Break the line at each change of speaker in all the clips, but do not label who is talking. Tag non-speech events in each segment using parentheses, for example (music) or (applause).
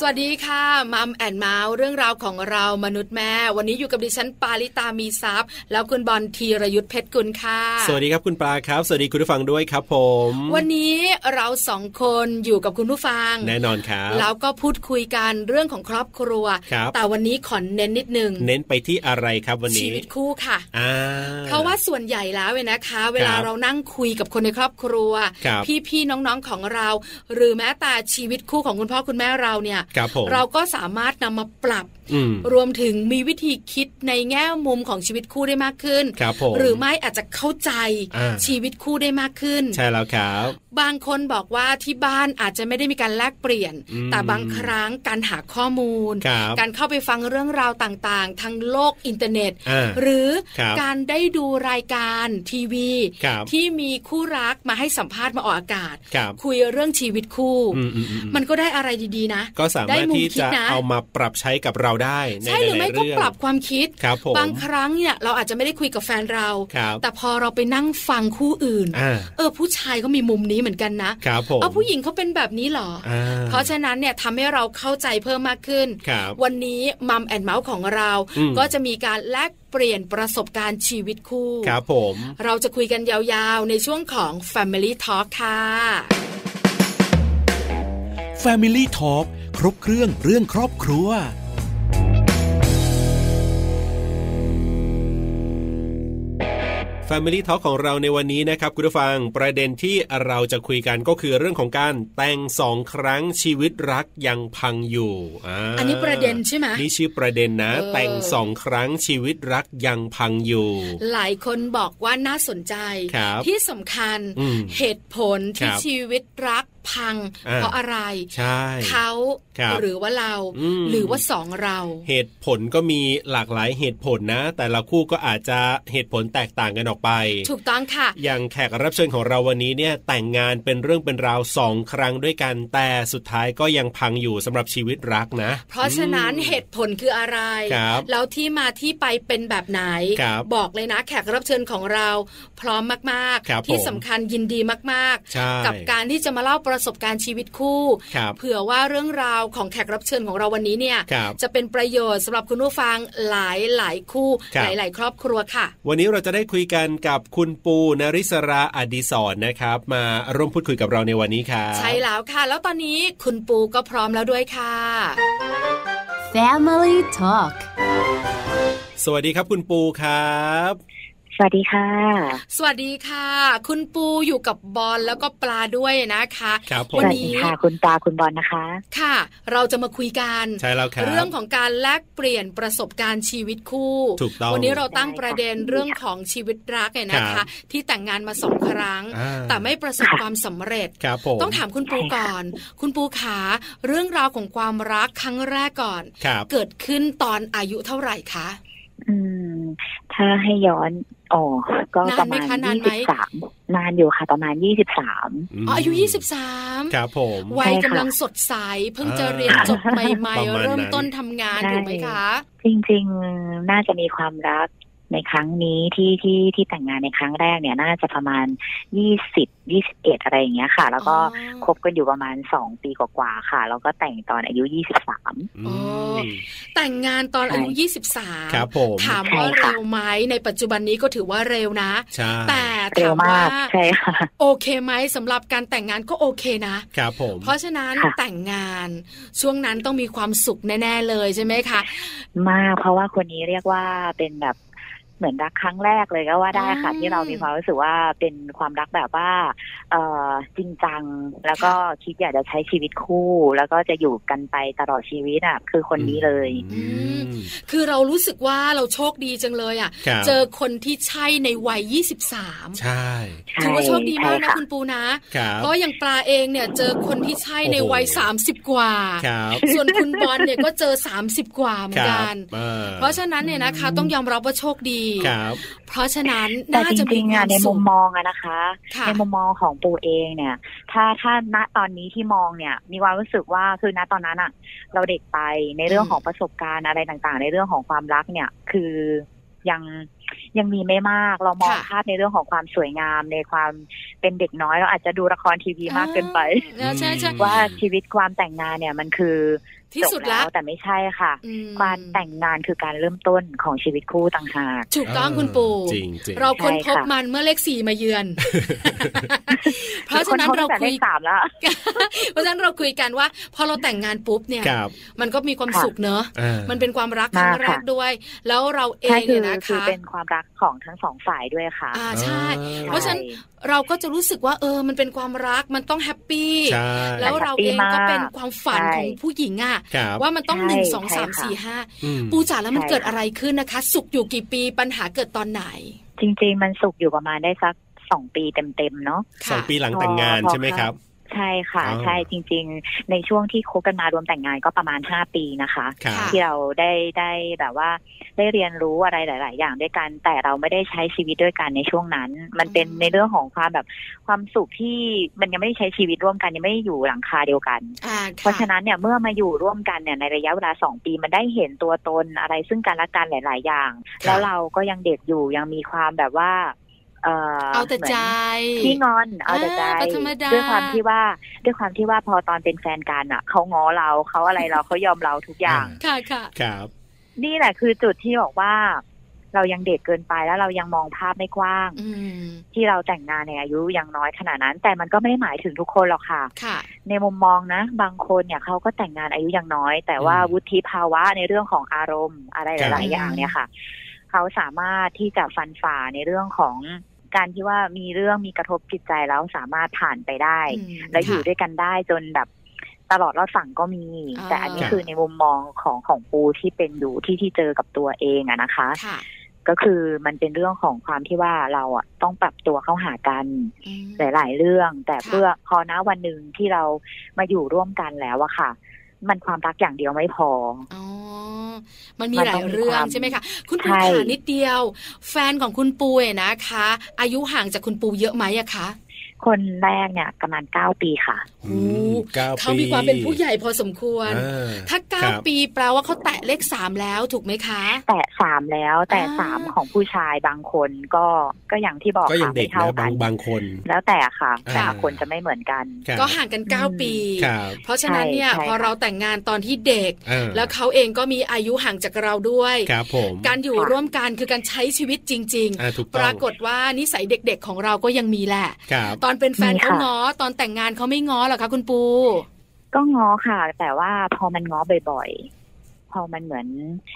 สวัสดีค่ะมัมแอนเมาส์เรื่องราวของเรามนุษย์แม่ วันนี้อยู่กับดิฉันปาริตามีซัพย์แล้วคุณบอลธีรยุทธเพชรกุลค่ะ
สวัสดีครับคุณปลาครับ สวัสดีคุณผู้ฟังด้วยครับผม
วันนี้เราสองคนอยู่กับคุณผู้ฟัง
แน่นอนครับ
แล้วก็พูดคุยกันเรื่องของครอบครัว
ครับ
แต่วันนี้ขอเน้นนิดนึง
เน้นไปที่อะไรครับวัน
ชี
นี้
วิตคู่ค่ะ
อ่า
เพราะว่าส่วนใหญ่แล้วเนี่ยนะคะ เวลา
ครับ
เรานั่งคุยกับคนในครอบครัว
ครับ
พี่ๆน้องๆของเรา หรือแม้แต่ชีวิตคู่ของคุณพ่อคุณแม่เราเนี่ย
ครับผม
เราก็สามารถนำมาปรับ
อืม
รวมถึงมีวิธีคิดในแง่มุมของชีวิตคู่ได้มากขึ้น
ครับผม
หรือไม่อาจจะเข้าใจ
อ่า
ชีวิตคู่ได้มากขึ้น
ใช่แล้วครับ
บางคนบอกว่าที่บ้านอาจจะไม่ได้มีการแลกเปลี่ยน
อืม
แต่บางครั้งการหาข้อมูล
ครับ
การเข้าไปฟังเรื่องราวต่างๆ ทางโลกอินเทอร์เน็ต
อ่า
หรือ
ครับ
การได้ดูรายการทีวี
ครับ
ที่มีคู่รักมาให้สัมภาษณ์มาออกอากาศ
ครับ
คุยเรื่องชีวิตคู่
อืมอืมอืม
มันก็ได้อะไรดีๆนะ
ก็สามารถ
ได้มุม
ที่
คิด
จะ
นะ
เอามาปรับใช้กับเราได้ใน
ใช่หรือไม่
ลายๆ
ก็
เรื่อง
ปรับความคิด
ครับผม
บางครั้งเนี่ยเราอาจจะไม่ได้คุยกับแฟนเรา
ครับ
แต่พอเราไปนั่งฟังคู่อื่น
อ่า
เออผู้ชายก็มีมุมนี้เหมือนกันนะครับ
ผม
เอาผู้หญิงเขาเป็นแบบนี้เหรออ
อ่า
เพราะฉะนั้นเนี่ยทำให้เราเข้าใจเพิ่มมากขึ้น
ครับ
วันนี้มัมแอนเมาส์ของเรา
อืม
ก็จะมีการแลกเปลี่ยนประสบการณ์ชีวิตคู่
ครับผม
เราจะคุยกันยาวๆ ในช่วงของ Family Talk ค่ะ
Family Talk ครบเครื่องเรื่องครอบครัว
Family Talk ของเราในวันนี้นะครับคุณผู้ฟังประเด็นที่เราจะคุยกันก็คือเรื่องของการแต่งสองครั้งชีวิตรักยังพังอยู่า
อันนี้ประเด็นใช่ไหม
นี่ชื่อประเด็นนะ
เออ
แต่งสองครั้งชีวิตรักยังพังอยู่
หลายคนบอกว่าน่าสนใจ
ครับ
ที่สำคัญ
อืม
เหตุผลที่
ครับ
ชีวิตรักพัง
อ่า
เพราะอะไร
ใช่
เขา
ครับ
หรือว่าเรา
อืม
หรือว่าสองเรา
เหตุผลก็มีหลากหลายเหตุผลนะ แต่ละคู่ก็อาจจะเหตุผลแตกต่างกันออกไป
ถูกต้องค่ะ
อย่างแขกรับเชิญของเราวันนี้เนี่ยแต่งงานเป็นเรื่องเป็นราวสองครั้งด้วยกัน แต่สุดท้ายก็ยังพังอยู่สำหรับชีวิตรักนะ
เพราะฉะนั้นเหตุผลคืออะไร
ครับ
แล้วที่มาที่ไปเป็นแบบไหน
ครับ
อกเลยนะแขกรับเชิญของเรา พร้อมมาก
ครับ
ที่
ผม
สำคัญยินดีมาก
ใช่
ๆ กับการที่จะมาเล่าประสบการณ์ชีวิตคู่
ครับ
เผื่อว่าเรื่องราวของแขกรับเชิญของเราวันนี้เนี่ย
ครับ
จะเป็นประโยชน์สำหรับคุณผู้ฟังหลายหลายๆคู่
ค
ห
รับ
ลายหลายๆ ครอบครัวค่ะ
วันนี้เราจะได้คุยกันกับคุณปูนริศราอดีศรนะครับ มาร่วมพูดคุยกับเราในวันนี้ครับ
ใช่แล้วค่ะ แล้วตอนนี้คุณปูก็พร้อมแล้วด้วยค่ะ
Family Talk
สวัสดีครับคุณปูครับ
สวัสดีค่ะ
สวัสดีค่ะ คุณปูอยู่กับบอลแล้วก็ปลาด้วยนะคะ
ครับผ
ส
ม
วัน
วัส
นี้
ดีค่ะ คุณปลาคุณบอลนะคะ
ค่ะ เราจะมาคุยกัน
ใช่แล้วครับ
เรื่องของการแลกเปลี่ยนประสบการณ์ชีวิตคู่
ถูกต้อง
วันนี้เราตั้งประเด็น
ได้ค่ะ
เรื่องของชีวิตรักเนี่ยนะ
ครั
คะ
บ
ที่แต่งงานมาสองครั้ง
อ่า
แต่ไม่ประสบความสำเร็จ
ครับผม
ต้องถามคุณปูก่อน
(laughs)
คุณปูขาเรื่องราวของความรักครั้งแรกก่อน
ครับ
เกิดขึ้นตอนอายุเท่าไหร่คะ
อืม ถ้าให้ย้อนอ๋อก็
นาน
ประ
ไหม
มาณ
คะนาน
ยี่
ไหม
สิบสามนานอยู่ค่ะ ประมาณยี่สิบสาม
อ๋ออายุ
ค
23
รับผม
วัย
ใช่ค่ะ
กำลังสดใส เพิ่งจะเรียนจบใหม่
ประมา
ๆ
ณนั้น
เริ่มต้นทำงานถูกไหมคะ
จริง ๆ น่าจะมีความรักในครั้งนี้ที่ที่ที่แต่งงานในครั้งแรกเนี่ย น่าจะประมาณยี่สิบยี่สิบเอ็ดอะไรอย่างเงี้ยค่ะ แล้วก็
อ๋อ
คบกันอยู่ประมาณสองปีกว่าๆค่ะ แล้วก็แต่งตอนอายุยี่สิบสาม
อืม
อ๋อ แต่งงานตอนอายุ 23
ครับผม
ถามว่า
ใช่ค่ะ
เร็วไหมในปัจจุบันนี้ก็ถือว่าเร็วนะ
ใช่
แต่
เร็
ถาว ม
มา
ว่าก
ใช่ค่ะ
โอเคไหมสำหรับการแต่งงานก็โอเคนะ
ครับผม
เพราะฉะนั้น
ค่ะ
แต่งงาน ช่วงนั้นต้องมีความสุขแน่ ๆ เลยใช่ไหมคะ
มากเพราะว่าคนนี้เรียกว่าเป็นแบบเหมือนรักครั้งแรกเลยก็ว่าได้ค่ะ ที่เรามีความรู้สึกว่าเป็นความรักแบบว่า เอ่อจริงจัง แล้วก็คิดอยากจะใช้ชีวิตคู่ แล้วก็จะอยู่กันไปตลอดชีวิตอ่ะ คือคนนี้เลย
อืม
คือเรารู้สึกว่าเราโชคดีจังเลยอ่ะ
ครับ
เจอคนที่ใช่ในวัย
ใช่
23ถือว่าโชคดีมากนะ
ใช่ค่ะ
คุณปูนะครับ เพราะอย่างปลาเองเนี่ยเจอคนที่ใช่ในวัย
โอ้โห
30 กว่า
ครับ
ส่วนคุณบอลเนี่ยก็เจอ 30 กว่าเหมื
ค
อน
รั
กัน
ออ
เพราะฉะนั้นเนี่ยนะคะต้องยอมรับว่าโชคดี
ครับ
เพราะฉะนั้น
แต่
น่า
จ
จะมี
ริงๆ
ควา
อ่ะ
ม
ใน
สุ
มุ
ข
มมองอะนะคะ
ค่ะ
ในมุมมองของปูเองเนี่ย ถ้าถ้าณตอนนี้ที่มองเนี่ย มีความรู้สึกว่าคือณตอนนั้นอะเราเด็กไปในเรื่องของประสบการณ์อะไรต่างๆ ในเรื่องของความรักเนี่ย คือยัง ยังมีไม่มาก เรามอง
ค่ะ
ภาพในเรื่องของความสวยงามในความเป็นเด็กน้อยเราอาจจะดูละครทีวีมากเกินไป
เออใช่ใช่
อืม
(laughs) ว่าชีวิตความแต่งงานเนี่ยมันคือ
ที่สุด
จบแล้
ละ
วแต่ไม่ใช่ค่ะ
อืม
การแต่งงานคือการเริ่มต้นของชีวิตคู่ต่างหาก
ถูกต้องคุณปู่
จริงจริง
เราค้นพบ
ใช่ค่ะ
มันเมื่อเลขสี่มาเยื
(laughs)
อน เพราะฉะนั้น
คน
เรา
เขตั้งแต่
คุ
เลย ขสามแล้ว
(laughs) เพราะฉะนั้นเราคุยกันว่า พอเราแต่งงานปุ๊บเนี่ย
ครับ
มันก็มีความ
ค่ะ
สุขเนอะ
อ่า
มันเป็นความรักครั้ง
มากค่ะ
แรกด้วย แล้วเราเอ
ใช่
ง
คื
เนี่ยนะ
คือ
คะ
เป็นความรักของทั้งสองฝ่ายด้วยค่ะ
อ่าใช่
อ่า
เพราะฉะนั้นเราก็จะรู้สึกว่า เออ มันเป็นความรักมันต้องแฮปปี้
ใช่
แล้วเราเอง
แฮปปี้มาก
ก็เป็นความฝัน
ใช่
ของผู้หญิงอะ
ครับ
ว่ามันต้อง
ใช่
หนึ่งสอง
ใช่
สาม
ค่ะ
สี่ห้า
อืม
ปูจ๋าแล้วมัน
ใช่
เกิดอะไรขึ้นนะคะ สุขอยู่กี่ปีปัญหาเกิดตอนไหน
จริง ๆ มันสุกอยู่ประมาณได้สักสองปีเต็มๆเนาะ
สอง
ค่ะ
ปีหลังแต่งงาน
พอ
ใช่ไหมครับ
ใช่ค่ะ
อ๋อ
ใช่จริง ๆ ในช่วงที่คบกันมารวมแต่งงานก็ประมาณห้าปีนะคะ
ครับ
ที่เราได้ได้แบบว่าได้เรียนรู้อะไรหลาย ๆ อย่างด้วยกัน แต่เราไม่ได้ใช้ชีวิตด้วยกันในช่วงนั้น มันเป็น
อืม
ในเรื่องของความแบบความสุขที่มันยังไม่ได้ใช้ชีวิตร่วมกันยังไม่ได้อยู่หลังคาเดียวกัน
อ่า
เพ
ค่ะ
ราะฉะนั้นเนี่ยเมื่อมาอยู่ร่วมกันเนี่ยในระยะเวลาสองปีมันได้เห็นตัวตนอะไรซึ่งกันและกันหลาย ๆ อย่าง
ครับ
แล้วเราก็ยังเด็กอยู่ยังมีความแบบว่า เออ
เอาแต่ใจ
ที่งอนเอาแต่ใจ
อ่าก็ธรรมดา
ด้วยความที่ว่าด้วยความที่ว่าพอตอนเป็นแฟนกันอ่ะเขาง้อเราเขาอะไร
(laughs)
เราเขายอมเราทุกอย่าง
ค่ะค่ะ
ครับ
นี่แหละคือจุดที่บอกว่า เรายังเด็กเกินไปแล้วเรายังมองภาพไม่กว้าง
อืม
ที่เราแต่งงานในอายุยังน้อยขนาดนั้น แต่มันก็ไม่ได้หมายถึงทุกคนหรอกค่ะ
ค่ะ
ในมุมมองนะ บางคนเนี่ยเขาก็แต่งงานอายุยังน้อย แต่ว่า
อืม
วุฒิภาวะในเรื่องของอารมณ์อะไรห
ครั
ลาย
บ
ๆ อย่างเนี่ยค่ะเขาสามารถที่จะฟันฝ่าในเรื่องของการที่ว่ามีเรื่องมีกระทบจิตใจแล้วสามารถผ่านไปได้
อืม
และอยู่
ค่ะ
ด้วยกันได้จนแบบตลอดรอดฝั่งก็มี
อ่า
แต่อันนี้
ค่ะ
คือในมุมมองของของปูที่เป็นอยู่ที่ที่เจอกับตัวเองอะนะคะ
ค่ะ
ก็คือมันเป็นเรื่องของความที่ว่าเราอะต้องปรับตัวเข้าหากัน
อืม
หลาย ๆ เรื่อง แต่
ค่ะ
เพื่อพอนะวันหนึ่งที่เรามาอยู่ร่วมกันแล้วอะค่ะ มันความรักอย่างเดียวไม่พอ
อ๋อ มันมี
มัน
หลา
ต้
ย
องมี
เรื่อ
ค
ง
วาม
ใช่ไหมคะ คุณปู
ใช่
ขานิดเดียว แฟนของคุณปูเนี่ยนะคะ อายุห่างจากคุณปูเยอะไหมอะคะ
คนแรกเนี่ยประมาณเก้าปีค่ะ
อืมเก้าปี
เขามีความเป็นผู้ใหญ่พอสมควร
อ่า
ถ้าเก้า
ครับ
ปีแปลว่าเขาแตะเลขสามแล้วถูกไหมคะ
แต่สามแล้วแต่
อ่า
สามของผู้ชายบางคนก็ก็อย่างที่บอก
ก็ยัง
ค่ะ
เด็
ไม่
ก
เท่ากับ
นะาง
น
บางคน
แล้วแต่ค่ะ
อ่า
แต่ละคนจะไม่เหมือนกัน
ครับ
ก็ห่างกันเก้า
อืม
ปี
ครับ
เพราะฉะนั้นเนี่ย
ใช่ใช่
พอเราแต่งงานตอนที่เด็ก
อ่า
แล้วเขาเองก็มีอายุห่างจากเราด้วย
ครับผม
การอยู่ร่วมกันคือการใช้ชีวิตจริง
อ่าถูก
ๆป
ต้อง
รากฏว่านิสัยเด็กๆของเราก็ยังมีแหละ
ครับ
ตอนเป็นแฟน
มี
เขา
ค่ะ
ง้อตอนแต่งงานเขาไม่ง้อหรอคะคุณปู
ก็ง้อค่ะ แต่ว่าพอมันง้อบ่อยๆ พอมันเหมือน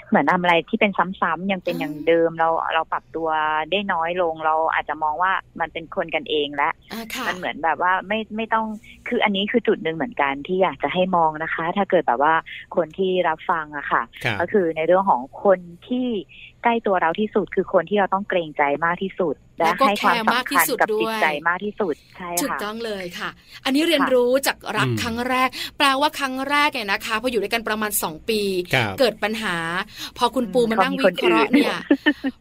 เหมือนทำอะไรที่เป็นซ้ำๆยังเป็น
อืม
อย่างเดิมเราเราปรับตัวได้น้อยลงเราอาจจะมองว่ามันเป็นคนกันเองและ
อ่าค่ะ
มันเหมือนแบบว่าไม่ไม่ต้องคืออันนี้คือจุดหนึ่งเหมือนกันที่อยากจะให้มองนะคะ ถ้าเกิดแบบว่าคนที่รับฟังอะค่ะ
ครับ
ก็คือในเรื่องของคนที่ใกล้ตัวเราที่สุด คือคนที่เราต้องเกรงใจมากที่สุด และให้ความสำคัญกับจิตใจมากที่สุดใช่
ถูก
ค่ะ
ต้องเลยค่ะ อันนี้เรียน
ค่ะ
รู้จากรักครั้งแรก แปลว่าครั้งแรกเนี่ยนะคะพออยู่ด้วยกันประมาณ 2 ปี
ครับ
เกิดปัญหา พอคุณปูมานั่งวิเคราะห์เนี่ย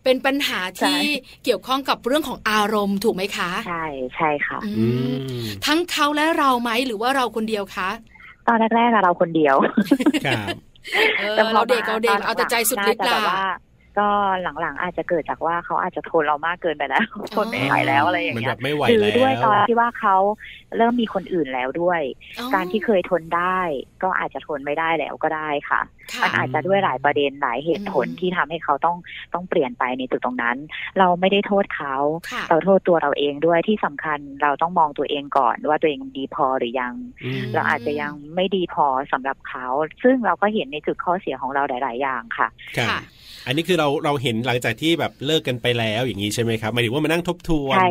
เป็นปัญหาที่เกี่ยวข้องกับเรื่องของอารมณ์ถูกไหมคะ
ใช่ใช่ค่ะ
อื
อื
ม
ม
ทั้งเขาและเราไหมหรือว่าเราคนเดียวคะ
ตอนแรกๆอะเราคนเดียว
ครับ
เออ
แต่พอ
เราเด็ก
ม
เราเด็ก
นหลังๆ
เอาแต่ใจสุดฤทธิ์ล่ะ
น่าจะแบบว่าก็หลังๆอาจจะเกิดจากว่าเขาอาจจะทนเรามากเกินไปแล้ว ทนไม่ไหวแล้วอะไรอย่าง
มัน
เงี้
แบ
ย
บไม่ไหว
หรือ
แล้ว
ด้วยตอนที่ว่าเขาเริ่มมีคนอื่นแล้วด้วย การที่เคยทนได้ ก็อาจจะทนไม่ได้แล้วก็ได้ค่ะ
ค่ะ
มันอาจจะด้วยหลายประเด็นหลายเหตุผล
อืม
ที่ทำให้เขาต้องต้องเปลี่ยนไปในจุดตรงนั้น เราไม่ได้โทษเขา
ค่ะ
เราโทษตัวเราเองด้วยที่สำคัญเราต้องมองตัวเองก่อน ว่าตัวเองดีพอหรือยัง
อืม
เราอาจจะยังไม่ดีพอสำหรับเขา ซึ่งเราก็เห็นในจุดข้อเสียของเราหลาย ๆ อย่างค่ะ
ครับ
ค่ะ
อันนี้คือเราเราเห็นหลังจากที่แบบเลิกกันไปแล้วอย่างนี้ใช่ไหมครับหมายถึงว่ามานั่งทบทวน
ใช่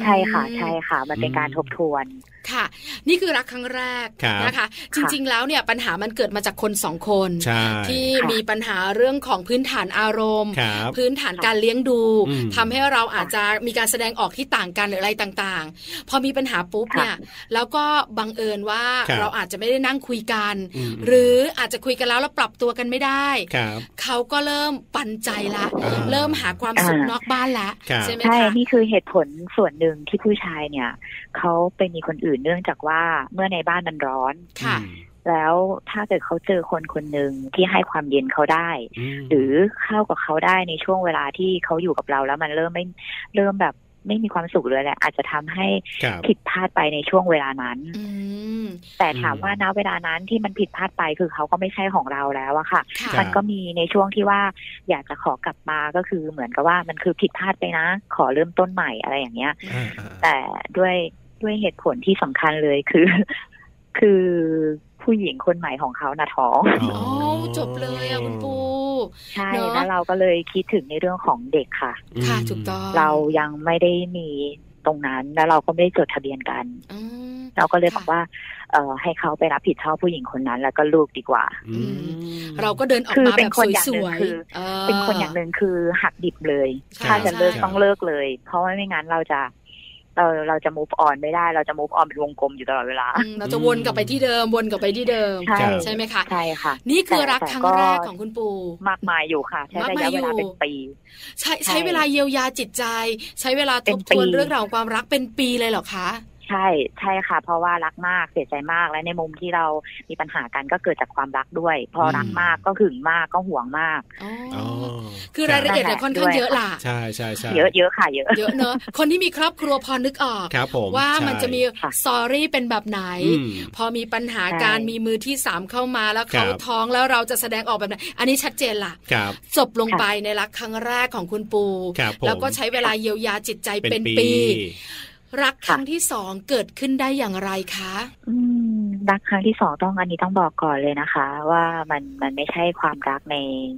ใช่ค่ะ
อืม
ใช่ค่ะ มันเป็นการทบทวน
ค่ะ นี่คือรักครั้งแรก
ครับ
นะคะ จริงๆแล้วเนี่ยปัญหามันเกิดมาจากคนสองคน
ใช่
ที่
ค่ะ
มีปัญหาเรื่องของพื้นฐานอารมณ์
ครับ
พื้นฐานการเลี้ยงดู
อืม
ทำให้เราอาจจะมีการแสดงออกที่ต่างกันหรืออะไรต่างๆ พอมีปัญหาปุ๊บ
ค่ะ
เนี่ยแล้วก็บังเอิญว่าเราอาจจะไม่ได้นั่งคุยกัน
ม
หรืออาจจะคุยกันแล้วแล้วปรับตัวกันไม่ได้
ครับ
เขาก็เริ่มปันใจละ
อ่า
เริ่มหาความสุข
อ่าน น
อกบ้านละ
ครับ
ใช่ไหม
ใช่
คะ
นี่คือเหตุผลส่วนหนึ่งที่ผู้ชายเนี่ย เขาไปมีคนอื่นเนื่องจากว่าเมื่อในบ้านมันร้อน
ค่ะ
อืม
แล้วถ้าเกิดเขาเจอคนคนหนึ่งที่ให้ความเย็นเขาได้
ม
หรือเข้ากับเขาได้ในช่วงเวลาที่เขาอยู่กับเราแล้วมันเริ่มไม่เริ่มแบบไม่มีความสุขเลยแหละอาจจะทำให้
ครับ
ผิดพลาดไปในช่วงเวลานั้น
อืม
แต่
อืม
ถามว่าณเวลานั้นที่มันผิดพลาดไปคือเขาก็ไม่ใช่ของเราแล้วอะค่ะ
ค่ะ
รั
มั
บ
นก็มีในช่วงที่ว่าอยากจะขอกลับมาก็คือเหมือนกับว่ามันคือผิดพลาดไปนะ ขอเริ่มต้นใหม่อะไรอย่างเงี้ย
อ่าอ่า
แต่ด้วยด้วยเหตุผลที่สำคัญเลยคือ คือผู้หญิงคนใหม่ของเขาน่ะท้อง
อ๋อ
อ๋อจบเลยอ่ะคุณปู
ใช่
เนอะ
แล้วเราก็เลยคิดถึงในเรื่องของเด็กค่ะ
อืม
ค่ะถูกต้อง
เรายังไม่ได้มีตรงนั้น แล้วเราก็ไม่ได้จดทะเบียนกัน
อืม
เราก็เลยบอก
ค่ะ
ว่า เอ่อให้เขาไปรับผิดชอบผู้หญิงคนนั้น แล้วก็ลูกดีกว่า
อืม
เราก็เดินออก
คือ
มา
เป็
แบ
น
บ
คนอย่าง
ส
หนึ่ง
วย
คือ
ๆเออ
เป็นคนอย่างหนึ่งคือหักดิบเลย
ใช่
ถ้าจะเลิก
ใช่
ต้องเลิกเลย เพราะว่าไม่งั้นเราจะ เราเราจะ move on ไม่ได้ เราจะ move on เป็นวงกลมอยู่ตลอดเวลา
อืมเราจะวนกลับไปที่เดิมวนกลับไปที่เดิม
ใช่
ใช่
ใช่ไหมคะ
ใช่ค่ะ
นี่คือ
แต่
รักครั้ง
แต่ก็
แรกของคุณปู
มากมายอยู่ค่ะ ใช้
มาก
ระ
มาย
ยะเวลา
อยู่
เป็นปี
ใช้
ใช่
ใช้เวลาเยียวยาจิตใจ ใช้เวลาท
เป็
บ
น
ทวน
ปี
เรื่องราวของความรักเป็นปีเลยเหรอคะ
ใช่ใช่ค่ะ เพราะว่ารักมากเสียใจมากและในมุมที่เรามีปัญหากันก็เกิดจากความรักด้วย พออ
ม
รักมากก็หึงมากก็ห่วงมาก
อ๋ออ
อ๋อ
คือรายละเอียดเนี่ยค่อนข้างเยอะล่ะ
ใช่ใช่ใช่
เยอะเยอะค่ะเยอะ
เยอะเน (laughs) อะคนที่มีครอบครัวพอนึกออก
ครับผม
ว่ามันจะมี
ใช่
ค่ะ
สอรี่เป็นแบบไหน
อืม
พอมีปัญหาการ
ใช่
มีมือที่สามเข้ามาแล้วเขา
ครับ
ท้องแล้วเราจะแสดงออกแบบไหนอันนี้ชัดเจนล่ะ
ครับ
จบลงไปในรักครั้งแรกของคุณปู
ครับผม
แล้วก็ใช้เวลาเยียวยาจิตใจ
เป็น
เป็น
ปี
ปี รักครั้งที่สองเกิดขึ้นได้อย่างไรคะ
อืมรักครั้งที่สองต้องอันนี้ต้องบอกก่อนเลยนะคะ ว่ามันมันไม่ใช่ความรักใน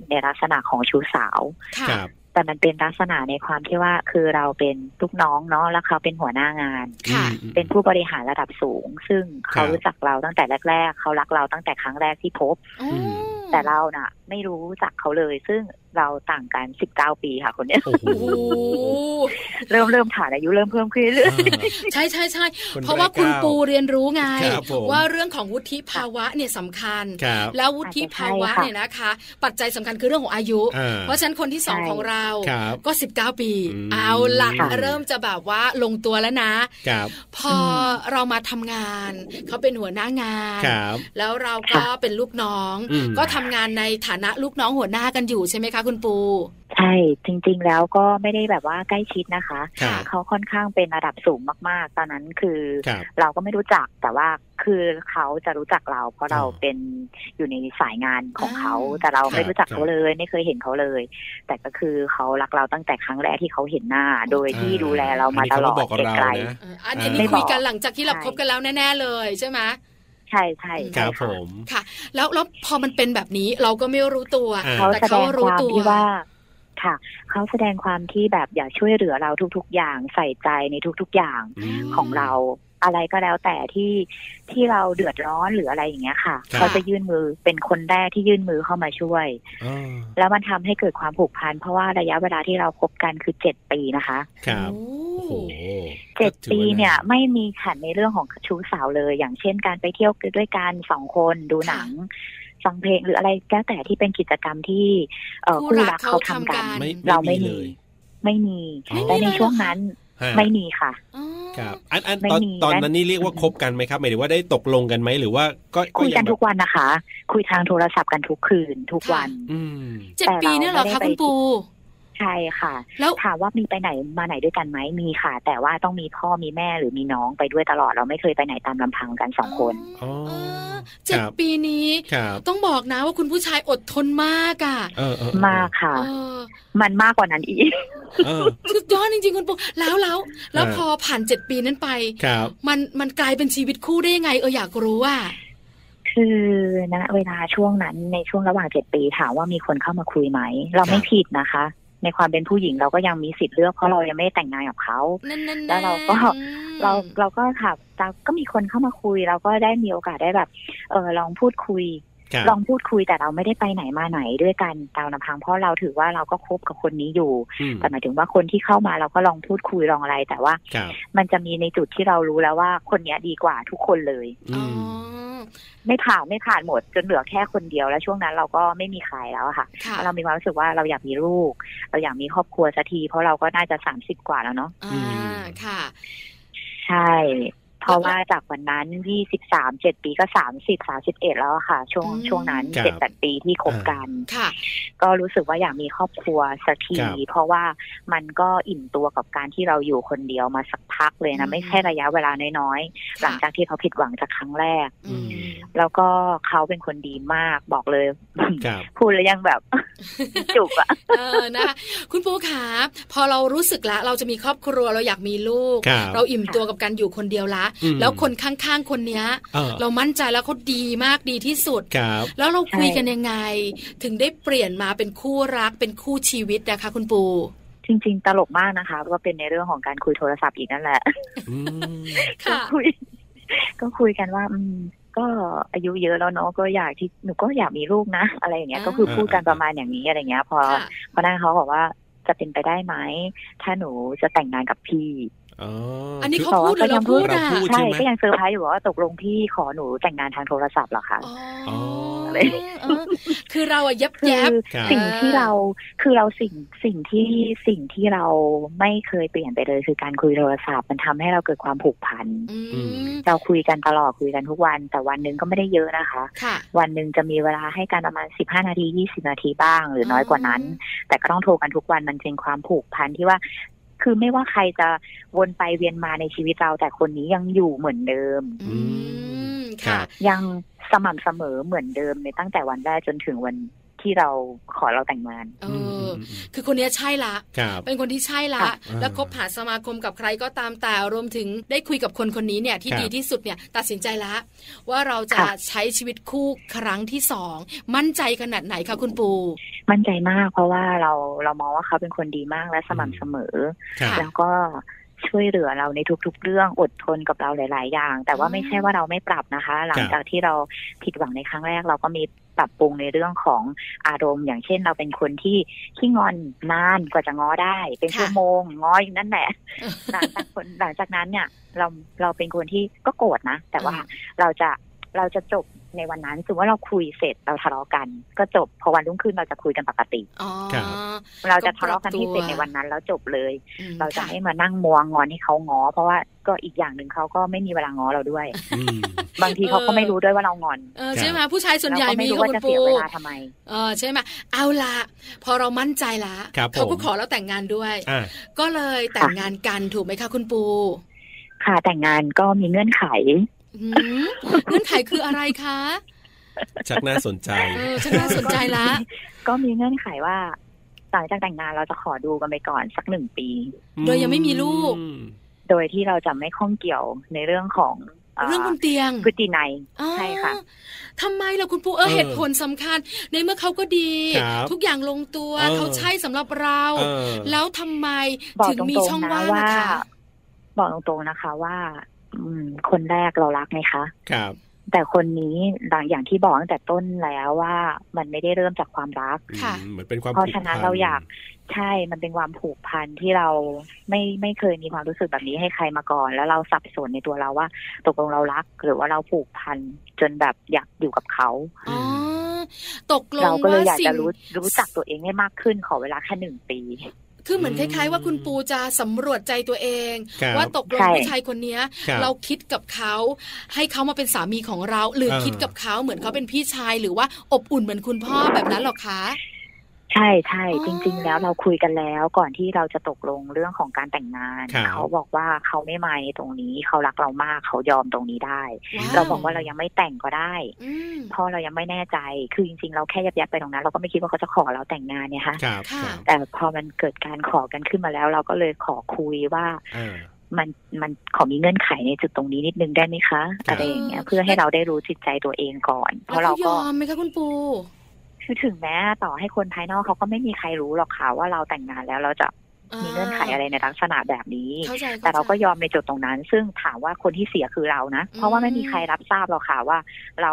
ในลักษณะของชู้สาว
ค่ะ
ครับ
แต่มันเป็นลักษณะในความที่ว่าคือเราเป็นลูกน้องเนาะแล้วเขาเป็นหัวหน้างาน
ค่ะ
เป็นผู้บริหารระดับสูง ซึ่งเขา
ครับ
รู้จักเราตั้งแต่แรก ๆ เขารักเราตั้งแต่ครั้งแรกที่พบ
อ๋อ
แต่เราน่ะ ไม่รู้จักเขาเลย ซึ่งเราต่างกัน 19 ปีค่ะคนเนี้ย (laughs)
โอ้โห
โอ้โห
เริ่มเริ่มฐานอายุเริ่มเพิ่มขึ้นเรื่อย
ใช่ใช่ใช่
อ่
เพราะว่าคุณ
ยก้
ปูเรียนรู้ไง
ครับผม
ว่าเรื่องของวุฒิภาวะเนี่ยสำคัญ
ครับ
แล้ววุฒิภาวะ
อาจจะใช่ค่ะ
เนี่ยนะคะ ปัจจัยสำคัญคือเรื่องของอายุ
อ่า
เพราะฉะนั้นคนที่สอง
ใช่
ของเรา
ครับ
ก็ 19 ปี
อืม
เอาละ
ค่ะ
เริ่มจะแบบว่าลงตัวแล้วนะ
ครับ
พอเรามาทำงาน เขาเป็นหัวหน้างาน
ครับ
แล้วเราก็
ค่ะ
เป็นลูกน้อง
อืม
ก็ทำงานในฐานะลูกน้องหัวหน้ากันอยู่ใช่ไหมคะคุณปู
ใช่จริง ๆ แล้วก็ไม่ได้แบบว่าใกล้ชิดนะคะ
ครับ
เขาค่อนข้างเป็นระดับสูงมาก ๆ ตอนนั้นคือ
ครับ
เราก็ไม่รู้จักแต่ว่าคือเขาจะรู้จักเรา เพราะ
อ่า
เราเป็นอยู่ในสายงานของเขา
อ่า
แต่เรา
ค
ไม่
รับ
รู้จัก
ครับ
เขาเลย ไม่เคยเห็นเขาเลย แต่ก็คือเขารักเราตั้งแต่ครั้งแรกที่เขาเห็นหน้า โดยที่
อ่า
ดูแลเรามาตล
อันนี้
อด
เขามาบอกกับเรา
ไกล
นะ
เอ่ออันอัน
ไม่
นี้
บอก
คุยกันหลังจากที่เรา
ใช่
คบกันแล้วแน่ ๆ เลยใช่ไหม
ๆใช่ใช่
ค
ใช่
รับผ
ค่ะ
ม
แล้วแล้วพอมันเป็นแบบนี้เราก็ไม่รู้ตัว
อ่า
เขา
แต่
แสด
เขา
ง
รู้
ความ
ตัว
ที่ว่าค่ะ เขาแสดงความที่แบบอยากช่วยเหลือเราทุก ๆ อย่างใส่ใจในทุก ๆ อย่าง
ม
ของเรา อะไรก็แล้วแต่ที่ที่เราเดือดร้อนหรืออะไรอย่างเงี้ยค่ะ
ครับ
เขาจะยื่นมือเป็นคนแรกที่ยื่นมือเข้ามาช่วย
อ่า
แล้วมันทำให้เกิดความผูกพันเพราะว่าระยะเวลาที่เราคบกันคือเจ็ดปีนะคะ
ครับ
โอ้
โอ้โห
เจ็ด
ถือ
ปี
ว่าา
เนี่ยไม่มีขันในเรื่องของชู้สาวเลย อย่างเช่นการไปเที่ยวด้วยกันสองคนดูหนังฟังเพลงหรืออะไรก็แต่ที่เป็นกิจกรรมที่เอ่อคู่รักเขาทำกัน
ไม่
เรา
ไม่
ไม่
มี
มี
เลย
ไม่มี
อ๋อ
และในช่วงนั้น
ฮะ
ไม่มีค่ะ
อ๋อ
ครับ อันอัน
ไม่
ตอน
มี
ตอน
และ
นั้นนี่เรียกว่าคบกันไหมครับหมายถึงว่าได้ตกลงกันไหมหรือว่าก็
คุยกัน
งแบบ
ทุกวันนะคะ คุยทางโทรศัพท์กันทุกคืนทุกวัน
อืม
เจ็ดปีเนี่ยเหรอ
แต่
คะ
เราไม่ได้ไป
คุณปู
ใช่ค่ะ
แล้ว
ถามว่ามีไปไหนมาไหนด้วยกันไหมมีค่ะ แต่ว่าต้องมีพ่อมีแม่หรือมีน้องไปด้วยตลอดเราไม่เคยไปไหนตามลำพังกันสองคน
อ๋อ
เออเจ็ด
ครับ
ปีนี้
ครับ
ต้องบอกนะว่าคุณผู้ชายอดทนมากอ่ะ
เออเออ
มากค่ะ
เออ
มันมากกว่านั้นอีก
เออ
สุดยอดจริงๆคุณปูแล้วแล้วแล้ว
ฮะ
พอผ่านเจ็ดปีนั้นไป
ครับ
มันมันกลายเป็นชีวิตคู่ได้ยังไงเอออยากรู้อ่ะ
คือณเวลาช่วงนั้นในช่วงระหว่างเจ็ดปีถามว่ามีคนเข้ามาคุยไหม เราไม่ผิดนะคะ ในความเป็นผู้หญิงเราก็ยังมีสิทธิ์เลือกเพราะเรายังไม่ได้แต่งงานกับเขา
นั่นๆๆ
แล้วเราก็ เราเราก็ถามแต่ก็มีคนเข้ามาคุย เราก็ได้มีโอกาสได้แบบ เออลองพูดคุย
ครับ
ลองพูดคุยแต่เราไม่ได้ไปไหนมาไหนด้วยกันตามลำพังเพราะเราถือว่าเราก็คบกับคนนี้อยู่
อืม
แต่หมายถึงว่าคนที่เข้ามาเราก็ลองพูดคุยลองอะไร แต่ว่า
ครับ
มันจะมีในจุดที่เรารู้แล้วว่าคนเนี้ยดีกว่าทุกคนเลย
อื
อ๋อ
ม
ไม่ผ่านไม่ผ่านหมดจนเหลือแค่คนเดียวแล้วช่วงนั้นเราก็ไม่มีใครแล้วอะค่ะ
ค่ะ
เรามีความรู้สึกว่าเราอยากมีลูก เราอยากมีครอบครัวสักทีเพราะเราก็น่าจะสามสิบกว่าแล้วเนาะ
อ่าค่ะ
ใช่ พ ราะว่าจากวันนั้นยี่สิบสามเจ็ดปีก็สามสิบสาสิบเอ็ดแล้วอะค่ะ ช่วง
อืม
ช่วงนั้น
ครับ
เจ็ดแปดปีที่คบกัน
ค่ะ
ก็รู้สึกว่าอยากมีครอบครัวสักที
ครับ
เพราะว่ามันก็อิ่มตัวกับการที่เราอยู่คนเดียวมาสักพักเลย
อื
นะ
ม
ไม่ใช่ระยะเวลาน้อยๆหลังจากที่เขาผิดหวังจากครั้งแรก
อืม
แล้วก็เขาเป็นคนดีมากบอกเลย
ครับ
พูดแล้วยังแบบ (laughs) จุกอะ
เออนะคะคุณปูขาพอเรารู้สึกละเราจะมีครอบครัวเราอยากมีลูก
ครับ
เราอิ่มตัวกับการอยู่คนเดียวละ
อืม
แล้วคนข้างๆคนเนี้ย
เออ
เรามั่นใจแล้วเขาดีมากดีที่สุด
ครับ
แล้วเราคุย
ใช่
กันยังไง ถึงได้เปลี่ยนมาเป็นคู่รักเป็นคู่ชีวิตนะคะ คุณปู
จริง ๆ ตลกมากนะคะก็เป็นในเรื่องของการคุยโทรศัพท์อีกนั่นแหละ
อื
(laughs)
ม
ก็
ค่ะ
คุย (laughs) ก็คุยกันว่า อืม ก็อายุเยอะแล้วเนาะก็อยากที่หนูก็อยากมีลูกนะ อะไรอย่างเงี้ย
อ่า
ก็คือพูดกันประมาณอย่างนี้อะไรเงี้ย พอ
ค่ะ
พอนั่นเขาบอกว่าจะเป็นไปได้ไหมถ้าหนูจะแต่งงานกับพี่
อ๋อ
อั
อั
นนี้เขาพูดหรือเราพูดอ่ะ
เราพูด ใช่ไหม
ใช่ก็ยังเซอร์ไพรส์อยู่ว่าตกลงพี่ขอหนูแต่งงานทางโทรศัพท์เหรอคะ
อ๋อ
อ๋อ
เออคือเราอะยับ
คื
ยับ
อ
ครับ
สิ่งที่เราคือเราสิ่งสิ่งที่สิ่งที่เราไม่เคยเปลี่ยนไปเลยคือการคุยโทรศัพท์มันทำให้เราเกิดความผูกพัน
อืม
เราคุยกันตลอดคุยกันทุกวัน แต่วันหนึ่งก็ไม่ได้เยอะนะคะ
ค่ะ
วันหนึ่งจะมีเวลาให้การประมาณ 15 นาที 20 นาทีบ้าง หรือน้อยกว่านั้น แต่ก็ต้องโทรกันทุกวันมันเป็นความผูกพันที่ว่า คือไม่ว่าใครจะวนไปเวียนมาในชีวิตเรา แต่คนนี้ยังอยู่เหมือนเดิม
อืม ค่ะ
ครับ
ยังสม่ำเสมอเหมือนเดิมในตั้งแต่วันแรกจนถึงวันที่เราขอเราแต่งงาน
เอ
ม
อ
ม
อ
ม
คือคนเนี้ยใช่ละ
ครับ
เป็นคนที่ใช่ละ
ค่ะ
แล้วคบหาสมาคมกับใครก็ตามแต่รวมถึงได้คุยกับคนคนนี้เนี่ยที่
ครับ
ดีที่สุดเนี่ยตัดสินใจละ ว่าเราจะ
ค่ะ
ใช้ชีวิตคู่ครั้งที่สองมั่นใจขนาดไหนคะคุณปู
มั่นใจมากเพราะว่าเราเรามองว่าเขาเป็นคนดีมากและสม่ำเสมอ
ครับ
แล้วก็ช่วยเหลือเราในทุกๆ เรื่องอดทนกับเราหลาย ๆ อย่าง แต่ว่าไม่ใช่ว่าเราไม่ปรับนะคะ หลังจากที่เราผิดหวังในครั้งแรก เราก็มีปรับปรุงในเรื่องของอารมณ์ อย่างเช่น เราเป็นคนที่ขี้งอนนานกว่าจะง้อได้ เป็น
ค่ะ
ชั่วโมงง้ออยู่นั่นแหละ หลังจากคนหลังจากนั้นเนี่ย เราเราเป็นคนที่ก็โกรธนะ แต่ว่าเราจะเราจะจบในวันนั้นสมมติว่าเราคุยเสร็จเราทะเลาะกัน ก็จบพอวันรุ่งขึ้นเราจะคุยกันปกติ
อ๋อ
ครับ
เราจะทะเลาะกันที่เสร็จ
ก็ปรับตัว
ในวันนั้นแล้วจบเลย
อืม
เราจะ
ค่
ไม่มานั่งมัวงอนให้เขางอ เพราะว่าก็อีกอย่างหนึ่งเขาก็ไม่มีเวลางอเรา
(laughs)
ด้วย
อืม
บางทีเขาก็ไม่รู้ด้วยว่าเรางอน
เออ
ครับ
ใช่ไหมผู้ชายส่วนใหญ่
เราก็
มี
ไม่รู้
ค่ะ
ว่า
คุณ
จะเสี
ปู
ยเวลาทำไม
เออใช่ไหมเอาละพอเรามั่นใจละ
ครับผม
เขาก็ขอเราแต่งงานด้วย
อ่ะ
ก็เลยแต่งงานกันถูกไหมคะคุณปู
ค่ะแต่งงานก็มีเงื่อนไข
หืมเงื่อนไขคืออะไรคะ
ชักน่าสนใจ
เออฉันน่าสนใจละ
(laughs) ก็มีเงื่อนไขว่าหลังจากแต่งงานเราจะขอดูกันไปก่อนสักหนึ่งปี
โดยยังไม่มีลูก
อืม
โดยที่เราจะไม่ข้องเกี่ยวในเรื่องของเอ่อ
เรื่องบนเตียง
พฤตินัย
อ๋อ
ใช่ค่ะ
ทำไมล่ะคุณปูเออ
เออ
เหตุผลสำคัญ ในเมื่อเขาก็ดี
ครับ
ทุกอย่างลงตัว
เออ
เขาใช่สำหรับเรา
เออ
แล้วทำไม
บอก
ถึง
ตร
มีช่อง
งๆนะ
ว่าง
ว่า
นะคะ
บอกตรงๆนะคะว่า อืม คนแรกเรารักไหมคะ
ครับ
แต่คนนี้หลังอย่างที่บอกตั้งแต่ต้นแล้วว่ามันไม่ได้เริ่มจากความรัก
ค่ะ
อืมเหมือนเป็นความ
เพราะ
ผูก
ฉะนั้น
พั
เราอยาก ใช่ มันเป็นความผูกพันที่เราไม่ไม่เคยมีความรู้สึกแบบนี้ให้ใครมาก่อน แล้วเราสับสนในตัวเราว่า ตกลงเรารัก หรือว่าเราผูกพันจนแบบอยากอยู่กับเขา
อ๋อตกลง
เราก็เลย
ว่า
อยาก
สิ่
จะ
ง
รู้รู้จักตัวเองให้มากขึ้นขอเวลาแค่หนึ่งปี
คือเหมือนคล้าย ๆ ว่าคุณปูจะสำรวจใจตัวเอง
ครับ
ว่าตกลง
ใช่
ผู้ชายคนเนี้ย
คบ
เราคิดกับเขา ให้เขามาเป็นสามีของเรา หรือ
เออ
คิดกับเขาเหมือนเขาเป็นพี่ชายหรือว่าอบอุ่นเหมือนคุณพ่อแบบนั้นหรอคะ
ใช่ใช่
อ๋อ
จริง ๆ แล้วเราคุยกันแล้วก่อนที่เราจะตกลงเรื่องของการแต่งงาน
ครับ
เขาบอกว่าเขาไม่ไม่ตรงนี้ เขารักเรามากเขายอมตรงนี้ได้
ว้
เราบอกว่าเรายังไม่แต่งก็ได้
อืม
เพราะเรายังไม่แน่ใจ คือจริงๆ เราแค่ยับยับไปตรงนั้น เราก็ไม่คิดว่าเขาจะขอเราแต่งงานเนี่ยค่ะ
ครับ
ค่ะ
ครับ
แต่พอมันเกิดการขอกันขึ้นมาแล้ว เราก็เลยขอคุยว่า
อ่า
มันมันขอมีเงื่อนไขในจุดตรงนี้นิดนึงได้ไหมคะ
ครับ
อะไรอย่างเงี้ยเพื่อให้เราได้รู้จิตใจตัวเองก่อน เพ
แล้ว
ราะ
เขา
เรา
ย
ก็
อมไหมคะคุณปู
คือถึงแม้ต่อให้คนภายนอกเขาก็ไม่มีใครรู้หรอกค่ะว่าเราแต่งงานแล้วเราจะมีเงื่อนไขอะไรในลักษณะแบบนี้
เข้าใจ
แต่เราก็
ข้ใจ
ยอมในจุดตรงนั้น ซึ่งถามว่าคนที่เสียคือเรานะ
อืม
เพราะว่าไม่มีใครรับทราบหรอกค่ะว่า เรา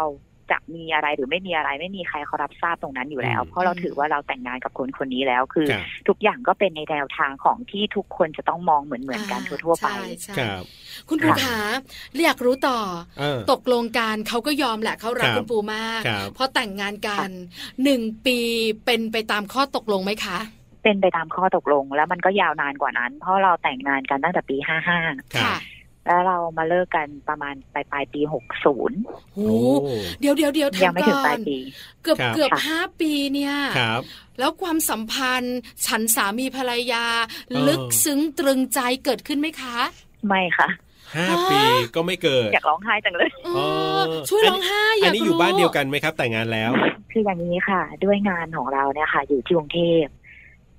จะมีอะไรหรือไม่มีอะไร ไม่มีใครเขารับทราบตรงนั้นอยู่แล้ว
อืม
เพราะเราถือว่าเราแต่งงานกับคนคนนี้แล้ว คือ
ครับ
ทุกอย่างก็เป็นในแนวทางของที่ทุกคนจะต้องมองเหมือนเหมือนๆกันทั่วๆไป
ใช่ใช่
ครับ
คุณปูขาอยากรู้ต่อ
เออ
ตกลงกันเขาก็ยอมแหละเขารัก
ครับ
คุณปูมาก
ครับ
พอแต่งงานกันหนึ่งปีเป็นไปตามข้อตกลงไหมคะ
เป็นไปตามข้อตกลง แล้วมันก็ยาวนานกว่านั้น เพราะเราแต่งงานกันตั้งแต่ปี
ครับ
แล้วเรามาเลิกกันประมาณปลายปลายปีหกศูนย์
โอ้เดี๋ยวเดี๋ยวเดี๋ยว
ยัง
ทำ
ไม่ถึ
ก่
ง
อ
ปลาย
น
ปี
เกือบ
ครับ
เกือบห้าปีเนี่ย
ครับ
แล้วความสัมพันธ์ ฉันสามีภรรยา
เออ
ลึกซึ้งตรึงใจเกิดขึ้นไหมคะ
ไม่ค่ะ
ห้า
อ๋อ
ปีก็ไม่เกิด
อยากร้องไห้จังเลย
เออ
เออ
ช่วย
อัน
ร้อ
นี้
งไห้อยา
อัน
ก
นี้
รู้
อยู่บ้านเดียวกันไหมครับ แต่งงานแล้ว
คืออย่างนี้ค่ะ ด้วยงานของเราเนี่ยค่ะ อยู่ที่กรุงเทพ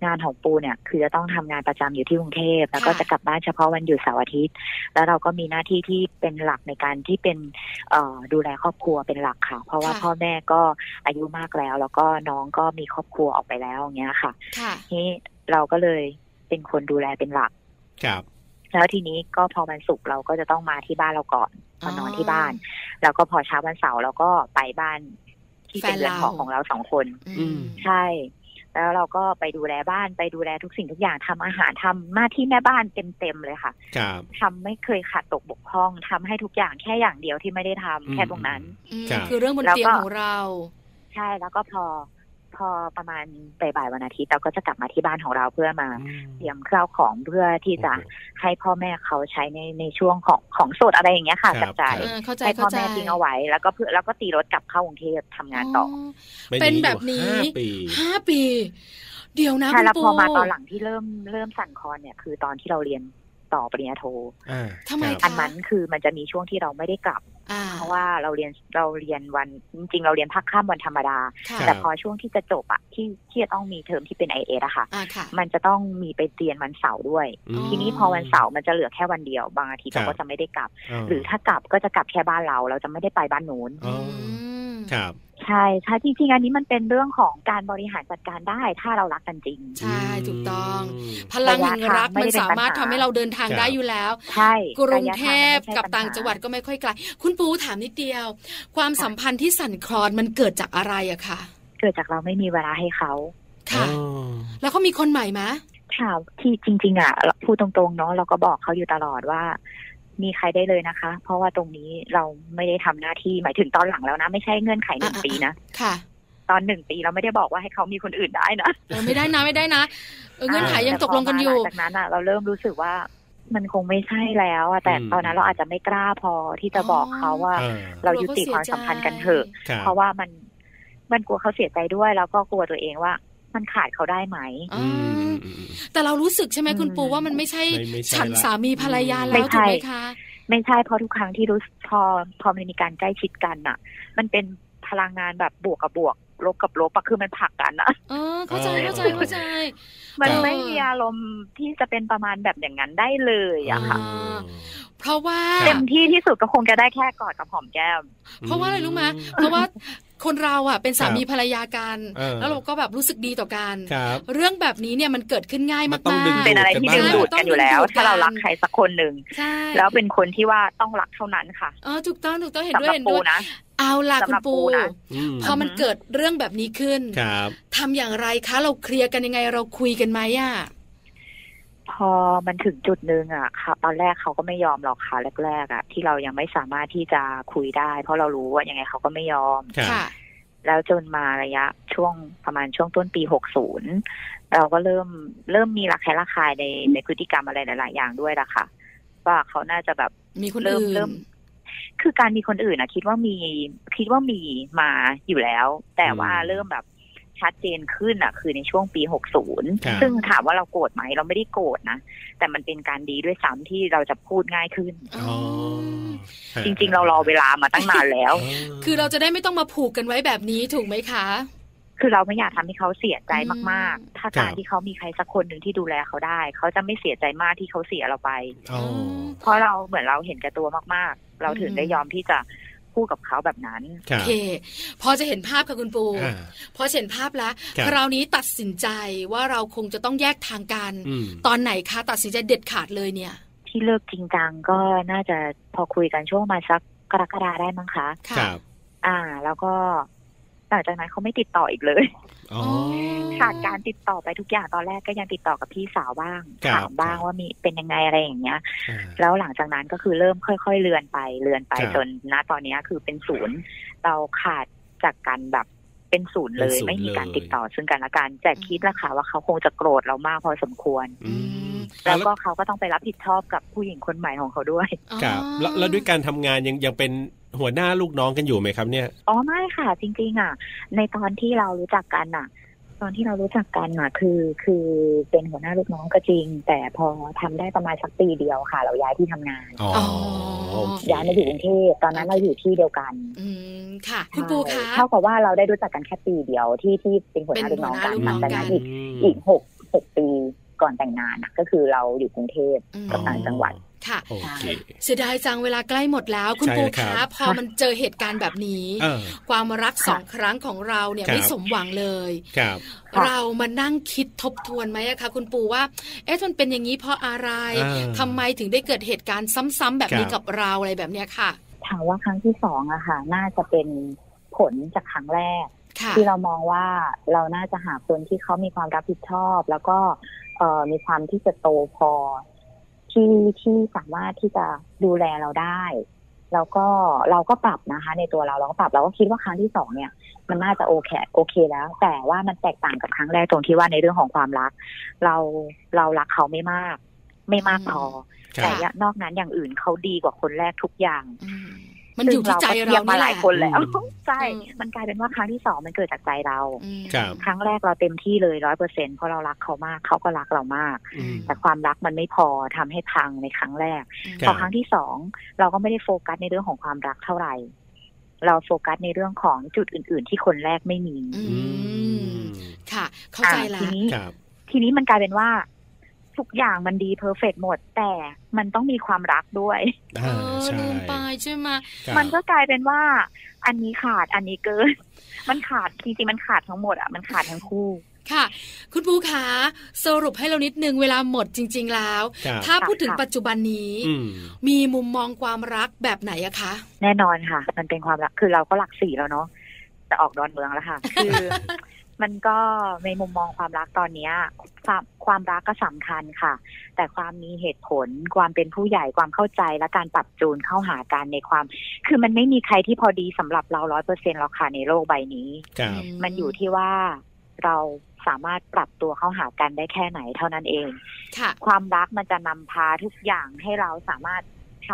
งานของปูเนี่ย คือจะต้องทำงานประจำอยู่ที่กรุงเทพแล้วก็
ค่ะ
จะกลับบ้านเฉพาะวันหยุดเสาร์อาทิตย์ แล้วเราก็มีหน้าที่ที่เป็นหลักในการที่เป็นเอ่อดูแลครอบครัวเป็นหลักค่ะ เพราะว่าพ่อแม่ก็อายุมากแล้ว แล้วก็น้องก็มีครอบครัวออกไปแล้วอย่างเงี้ยค่ะ
ค่ะ
ทีนี้เราก็เลยเป็นคนดูแลเป็นหลัก
ครับ
แล้วทีนี้ก็พอวันศุกร์เราก็จะต้องมาที่บ้านเราก่อน
อ๋
มา
อ
นอนที่บ้าน แล้วก็พอเช้าวันเสาร์เราก็ไปบ้านที่เป็นเรือนหอของเราสองคน
อืม
ใช่ แล้วเราก็ไปดูแลบ้านไปดูแลทุกสิ่งทุกอย่างทำอาหารทำหน้าที่แม่บ้านเต็มๆเลยค่ะ
ครับ
ทำไม่เคยขาดตกบกพร่องทำให้ทุกอย่างแค่อย่างเดียวที่ไม่ได้ทำ
อืม
แค่ตรงนั้น
อืม
ครับ
คือเรื่องบน
แล้วก็
เตียงของเรา
ใช่แล้วก็พอพอประมาณบ่ายๆวันอาทิตย์เราก็จะกลับมาที่บ้านของเราเพื่อมาเตรียมข้าวของเพื่อที่จะ
โอ้โห
ให้พ่อแม่เขาใช้ในในช่วงของของสดอะไรอย่างเงี้ยค่ะ
ครั
จั
บ
บจ่าย
เออเข้าใจ
ให้พ่
เข้า
อ
ใจ
แม่ทิ้งเอาไว้ แล้วก็เพื่อแล้วก็ตีรถกลับเข้ากรุงเทพทำงานต่ออ
เป็น
อย่าง
แบบนี้
อยู่ห้าปี
ห้าปี เดี๋ยวนะ
ใช่
คุณ
แล้ว
ปู
พอมาตอนหลังที่เริ่มเริ่มสั่นคลอนเนี่ย คือตอนที่เราเรียนต่อปริญญาโท
อ่า
ทำไม
ครับ
อันนั้นคือมันจะมีช่วงที่เราไม่ได้กลับ
อ่า
เพราะว่าเราเรียนเราเรียนวันจริงๆเราเรียนภาคข้ามวันธรรมดา
ค่ะ
แต่พอช่วงที่จะจบอะที่ที่จะต้องมีเทอมที่เป็นไอเออะค่ะ
อ่าค่ะ
มันจะต้องมีไปเรียนวันเสาร์ด้วย
อืม
ทีนี้พอวันเสาร์มันจะเหลือแค่วันเดียว บางอาทิตย์
ครับ
เราก็จะไม่ได้กลับ
อ่
หรือถ้ากลับก็จะกลับแค่บ้านเรา เราจะไม่ได้ไปบ้านนู้น
อ๋อ
ม
ครับ
ใช่ใช่จริงๆอันนี้มันเป็นเรื่องของการบริหารจัดการได้ถ้าเรารักกันจริง
ใช่ถูกต้อง พลังแห่งรัก
ระยะทาง
มั
ไม่
น
ได้เป็น
สามารถ
ปัญ
ทำ
หา
ให้เราเดินทาง
ครับ
ได้อยู่แล้ว
ใช่
กรุง
ะ
เทพ
ยะางมันไม่ใช่
กับ
ปัญห
ต่างจังหวัดก็ไม่ค่อยไกล คุณปูถามนิดเดียว ความสัมพันธ์ที่สั่นคลอนมันเกิดจากอะไรอะค่ะ
เกิดจากเราไม่มีเวลาให้เขา
ค่ะ
อ๋อ
แล้วเขามีคนใหม่ไหมะ
ถามที่จริง ๆอ่ะพูดตรงๆเนาะเราก็บอกเขาอยู่ตลอดว่า มีใครได้เลยนะคะ เพราะว่าตรงนี้เราไม่ได้ทำหน้าที่หมายถึงตอนหลังแล้วนะ ไม่ใช่เงื่อนไขหนึ่ง
อ่ะ
ปีนะ
ค่ะ
ตอนหนึ่งปีเราไม่ได้บอกว่าให้เขามีคนอื่นได้นะ
เออไม่ได้นะไม่ได้นะเออเงื่อนไขยังตกลงกันอยู่
แต่พมาหลัจากนั้นอ่ะเราเริ่มรู้สึกว่า มันคงไม่ใช่แล้วอะแต่
อืม
ตอนนั้นเราอาจจะไม่กล้าพอที่จะบอกเขาว่า
อ่า
เรายุติความสัมพันธ์กันเถอะ
ครับ
เพราะว่ามันมันกลัวเขาเสียใจด้วยแล้วก็กลัวตัวเองว่า มันขาดเขาได้ไหม
อื
อืมอื
ม
มอืมอืม
แต่เรารู้สึกใช่ไหม
อืม
คุณปูว่ามันไม่ใช่
ไม่ไม่ใช่
ฉัน
ละ
สามีภรรยา
ไม่
แล้ว
ใช่
ถูกไหมคะ
ไม่ใช่เพราะทุกครั้งที่รู้สึกพอพอมันมีการใกล้ชิดกันน่ะ มันเป็นพลังงานแบบบวกกับบวกลบกับลบอะคือมันผลักกันอะ
เออเข้าใจเข้าใจเข้าใจ
มัน
ครับ
ไม่มีอารมณ์ที่จะเป็นประมาณแบบอย่างนั้นได้เลยอะค่ะ
อ่า เพราะว่า
เต็มที่ที่สุดก็คงจะได้แค่กอดกับหอมแก้ม
เพราะว่าอะไรรู้ไหมย
อื
เพราะว่าคนเราอ่ะเป็นสามีภรรยากัน
เออ
แล้วเราก็แบบรู้สึกดีต่อกัน
ครับ
เรื่องแบบนี้เนี่ยมันเกิดขึ้นง่าย
มั
มาน
ต้องดึง
ก
เป็นอะไรที่ดึงดูดกันอยู่แล้ว
ต้องดึงดูดกัน
ถ้าเรารักใครสักคนหนึ่ง
ๆ ใช่
แล้วเป็นคนที่ว่าต้องรักเท่านั้นค่ะ
เออถูกต้องถูกต้องเห็น
สำ
ด้วย
หรับ
เห็น
ปู
ด้วย
นะ
เอาล่ะคุ
สำหรั
ณ
บ
ปู
ปูนะ
อืม
พอมันเกิดเรื่องแบบนี้ขึ้น
ครับ
ทำอย่างไรคะ เราเคลียร์กันยังไงเราคุยกันไหมอ่ะ
พอมันถึงจุดหนึงอะค่ะ ตอนแรกเขาก็ไม่ยอมหรอกค่ะแรกๆอะที่เรายังไม่สามารถที่จะคุยได้ เพราะเรารู้ว่ายังไงเขาก็ไม่ยอม
ครับ
ค่ะ
แล้วจนมาระยะช่วงประมาณช่วงต้นปี 60 เราก็เริ่มเริ่มมีระแคะระคายในในพฤติกรรมอะไรหลาย ๆ อย่างด้วยละค่ะ ว่าเขาน่าจะแบบ
มีคน
เริ่ม
อื่
เริ่
น
ม คือการมีคนอื่นนะคิดว่ามีคิดว่ามีมาอยู่แล้ว แต่ว่า
อืม
เริ่มแบบชัดเจนขึ้นอ่ะ คือในช่วงปี
ครับ
60 ซึ่งถามว่าเราโกรธไหมเราไม่ได้โกรธนะ แต่มันเป็นการดีด้วยซ้ำที่เราจะพูดง่ายขึ้น
อ๋อ
อ๋อฮะ
จริง ๆ เรารอเวลามาตั้งนานแล้ว
คือเราจะได้ไม่ต้องมาผูกกันไว้แบบนี้ถูกไหมคะ
คือเราไม่อยากทำให้เขาเสียใจมาก
อืม
ๆ ถ้าการที่เขามีใครสักคนหนึ่งที่ดูแลเขาได้ เขาจะไม่เสียใจมากที่เขาเสียเราไป
อ๋อ
เพราะเราเหมือนเราเห็นแก่ตัวมากๆ เราถึง
อืม
ได้ยอมที่จะพูดกับเขาแบบนั้น
ครั
โอบ เค พอจะเห็นภาพค่ะคุณปู
อ่า
พอเห็นภาพแล้ว
ครับ
คราวนี้ตัดสินใจว่าเราคงจะต้องแยกทางกัน
อืม
ตอนไหนคะตัดสินใจเด็ดขาดเลยเนี่ย
ที่เลิกจริงจังก็น่าจะพอคุยกันช่วงมาสักกรกฎาได้มั้งคะ
ค่ะ
ครับ
อ่า แล้วก็หลังจากนั้นเขาไม่ติดต่ออีกเลย
อ๋อ
ขาดการติดต่อไปทุกอย่างตอนแรกก็ยังติดต่อกับพี่สาวบ้าง
ครับ
ถามบ้างว่ามีเป็นยังไงอะไรอย่างเงี้ย
อ่า
แล้วหลังจากนั้นก็คือเริ่มค่อยๆ เลือนไปเลือนไป
ครับ
จนณตอนเนี้ยคือเป็นศูนย์ เราขาดจากกันแบบ เป็นศูนย์เล
เป็
ย
นศูนย์
ไม่มีการ
เลย
ติดต่อซึ่งกันและกันแต่คิดละค่ะว่าเขาคงจะโกรธเรามากพอสมควร
อืม
แล้
อ่ะ
วก็เขาก็ต้องไปรับผิดชอบกับผู้หญิงคนใหม่ของเขาด้วย
ครับแล้วแล้วด้วยการทำงานยังยังเป็นหัวหน้าลูกน้องกันอยู่ไหมครับเนี่ย
อ๋อไม่ค่ะ จริงๆอ่ะ ในตอนที่เรารู้จักกันอ่ะ ตอนที่เรารู้จักกันอ่ะคือ คือเป็นหัวหน้าลูกน้องก็จริง แต่พอทำได้ประมาณสักปีเดียวค่ะ เราย้ายที่ทำงาน
อ๋อโอเค
ย้ายมาอยู่กรุงเทพตอนนั้นเราอยู่ที่เดียวกัน
อืมค่ะ คุณปูคะ
ใช่เท่ากับว่าเราได้รู้จักกันแค่ปีเดียวที่ที่เป็นหัวหน้าลูกน้องกัน
เป็น
ห
หัวหน้าลูก
ลัง
น้อง
จาก
กั
นั้น นอีกอีกหกหกปีก่อนแต่งงานอ่ะ ก็คือเราอยู่กรุงเทพ
อืม
กำลังจังหวัด
ค่ะ
โอเค
เสียดายจังเวลาใกล้หมดแล้ว คุณ
ใช่
ปู
ครั
คะ
บ
พอมันเจอเหตุการณ์แบบนี้
เออ
ความรักสองครั้งของเราเนี่ย
ครับ
ไม่สมหวังเลย
ครับ
ค่ะ
เรามานั่งคิดทบทวนไหมอะคะคุณปูว่า เอ๊ะมันเป็นอย่างนี้เพราะอะไร
อ่า
ทำไมถึงได้เกิดเหตุการณ์ซ้ำๆแบบนี้
ครับ
กับเราอะไรแบบเนี้ยค่ะ
ถามว่าครั้งที่สองอะค่ะ น่าจะเป็นผลจากครั้งแรก
ค่ะ
ที่เรามองว่าเราน่าจะหาคนที่เขามีความรับผิดชอบ แล้วก็เอ่อมีความที่จะโตพอ ที่ที่สามารถที่จะดูแลเราได้ แล้วก็เราก็ปรับนะคะ ในตัวเราเราก็ปรับเราก็คิดว่าครั้งที่สองเนี่ย มันน่าจะโอเคโอเคแล้ว แต่ว่ามันแตกต่างกับครั้งแรกตรงที่ว่าในเรื่องของความรัก เราเรารักเขาไม่มาก ไม่มากพอ
ค
แต่
รับ
นอกนั้นอย่างอื่นเขาดีกว่าคนแรกทุกอย่าง
อืมมันอยู่ที่ใจเรา
ซึ่งก็ทียบมา
นี่
ห
แห
ลา
ละ
ยคนแล้ว
อืม
ใช่
อืม
มันกลายเป็นว่าครั้งที่สองมันเกิดจากใจเรา
อืม
ครับ
ครั้งแรกเราเต็มที่เลยร้อยเปอร์เซ็นเพราะเรารักเขามากเขาก็รักเรามาก
อืม
แต่ความรักมันไม่พอทำให้พังในครั้งแรก
ค
พ
รั
อบ ครั้งที่สองเราก็ไม่ได้โฟกัสในเรื่องของความรักเท่าไหร่ เราโฟกัสในเรื่องของจุดอื่น ๆ ที่คนแรกไม่มี
อื
อื
ม
ม
ค่ะ เข้าใจ
อ่ะ
ละ
ทีนี้
ครับ
ทีนี้มันกลายเป็นว่าทุกอย่างมันดีเพอร์เฟกหมด แต่มันต้องมีความรักด้วย
เอ
อ่า
อ
ใช่
ลืมไปใช่ไหม
ครับ
มันก็กลายเป็นว่า อันนี้ขาดอันนี้เกิน (laughs) มันขาดจริงๆมันขาดทั้งหมดอ่ะมันขาดทั้งคู่
ค่ะ คุณปูขาสรุปให้เรานิดนึงเวลาหมดจริง ๆ แล้ว
ครับ
ถ้าพูดถึง
ค่ะ
ปัจจุบันนี้
อืม
มีมุมมองความรักแบบไหนอะคะ
แน่นอนค่ะ มันเป็นความรักคือเราก็หลักสี่แล้วเนาะจะออกดอนเมืองแล้วค่ะ
(laughs)
คือ มันก็ในมุมมองความรักตอนเนี้ยความความรักก็สำคัญค่ะ แต่ความมีเหตุผลความเป็นผู้ใหญ่ความเข้าใจและการปรับจูนเข้าหากันในความ คือมันไม่มีใครที่พอดีสำหรับเราร้อยเปอร์เซ็นต์หรอกค่ะในโลกใบนี้
ครับ
มันอยู่ที่ว่าเราสามารถปรับตัวเข้าหากันได้แค่ไหนเท่านั้นเอง
ค่ะ
ความรักมันจะนำพาทุกอย่างให้เราสามารถ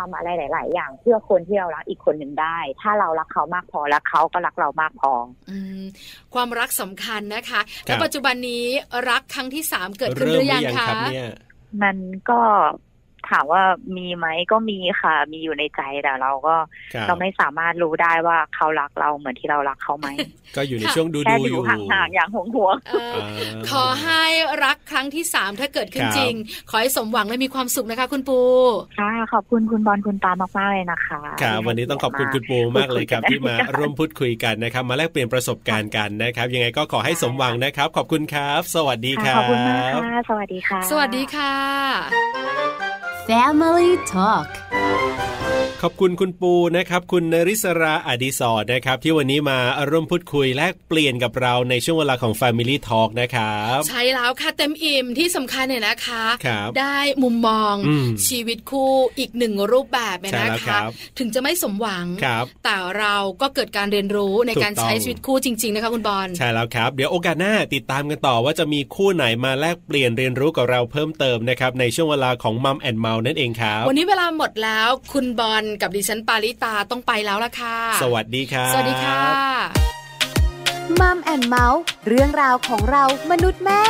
ทำอะไรหลาย ๆ อย่าง เพื่อคนที่เรารักอีกคนหนึ่งได้ ถ้าเรารักเขามากพอและเขาก็รักเรามากพอ
อืมความรักสำคัญนะคะ
ครั
และ
บ
ปัจจุบันนี้รักครั้งที่สามเกิดขึ้นห
เริ่ม
รือ
ห
ยัง
รือยัง
คะ
ครับเนี่ย
มันก็ถามว่ามีไหมก็มีค่ะ มีอยู่ในใจแต่เราก็
ครับ
เราไม่สามารถรู้ได้ว่าเขารักเราเหมือนที่เรารัก
(laughs)
เขาไหม
ก็อยู่ในช่วงดู
แค่
ดู
อ
อยู่ ยู่
ห่างๆอย่างห่วงห่วง
เออ
อ่า
อขอให้รักครั้งที่สามถ้าเกิดขึ้น
ครับ
จริง ขอให้สมหวังและมีความสุขนะคะ คุณปู
ๆค่ะขอบคุณคุณบอลคุณตามากๆเลยนะคะ
ครับวันนี้ต้องขอบคุณ
มา
คุณปูมากเลยครับ
พูดคุยกัน
ที่มา
ได้
ร่วมพูดคุยกันนะครับ มาแลกเปลี่ยนประสบการณ์กันนะครับ ยังไงก็ขอให้สมหวังนะครับ ขอบคุณครับ สวัสดีค
ค่ะ
รับ
ขอบคุณมากค่ะสวัสดีค่ะ
สวัสดีค่ะ
Family Talk
ขอบคุณคุณปูนะครับ คุณนริศราอดิศรนะครับ ที่วันนี้มาร่วมพูดคุยแลกเปลี่ยนกับเราในช่วงเวลาของ Family Talk นะครับ
ใช่แล้วค่ะเต็มอิ่มที่สำคัญเนี่ยนะคะ
ครับ
ได้มุมมอง
อืม
ชีวิตคู่อีกหนึ่งรูปแบบเนี่ย
ใช่
นะ
แล้วครั
คะ
บ
ถึงจะไม่สมหวัง
ครับ
แต่เราก็เกิดการเรียนรู้ใน
ถูก
การ
ต้อง
ใช้ชีวิตคู่จริง ๆ นะคะคุณบอล
ใช่แล้วครับ เดี๋ยวโอกาสหน้าติดตามกันต่อว่าจะมีคู่ไหนมาแลกเปลี่ยนเรียนรู้กับเราเพิ่มเติมนะครับ ในช่วงเวลาของมัมแอนเมานั่นเองครับ
วันนี้เวลาหมดแล้วคุณบอลกับดิฉันปาริตาต้องไปแล้วล่ะค่ะ
สวัสดีครับ
สวัสดีค่ะ
มัมแอนเมาส์เรื่องราวของเรามนุษย์แม่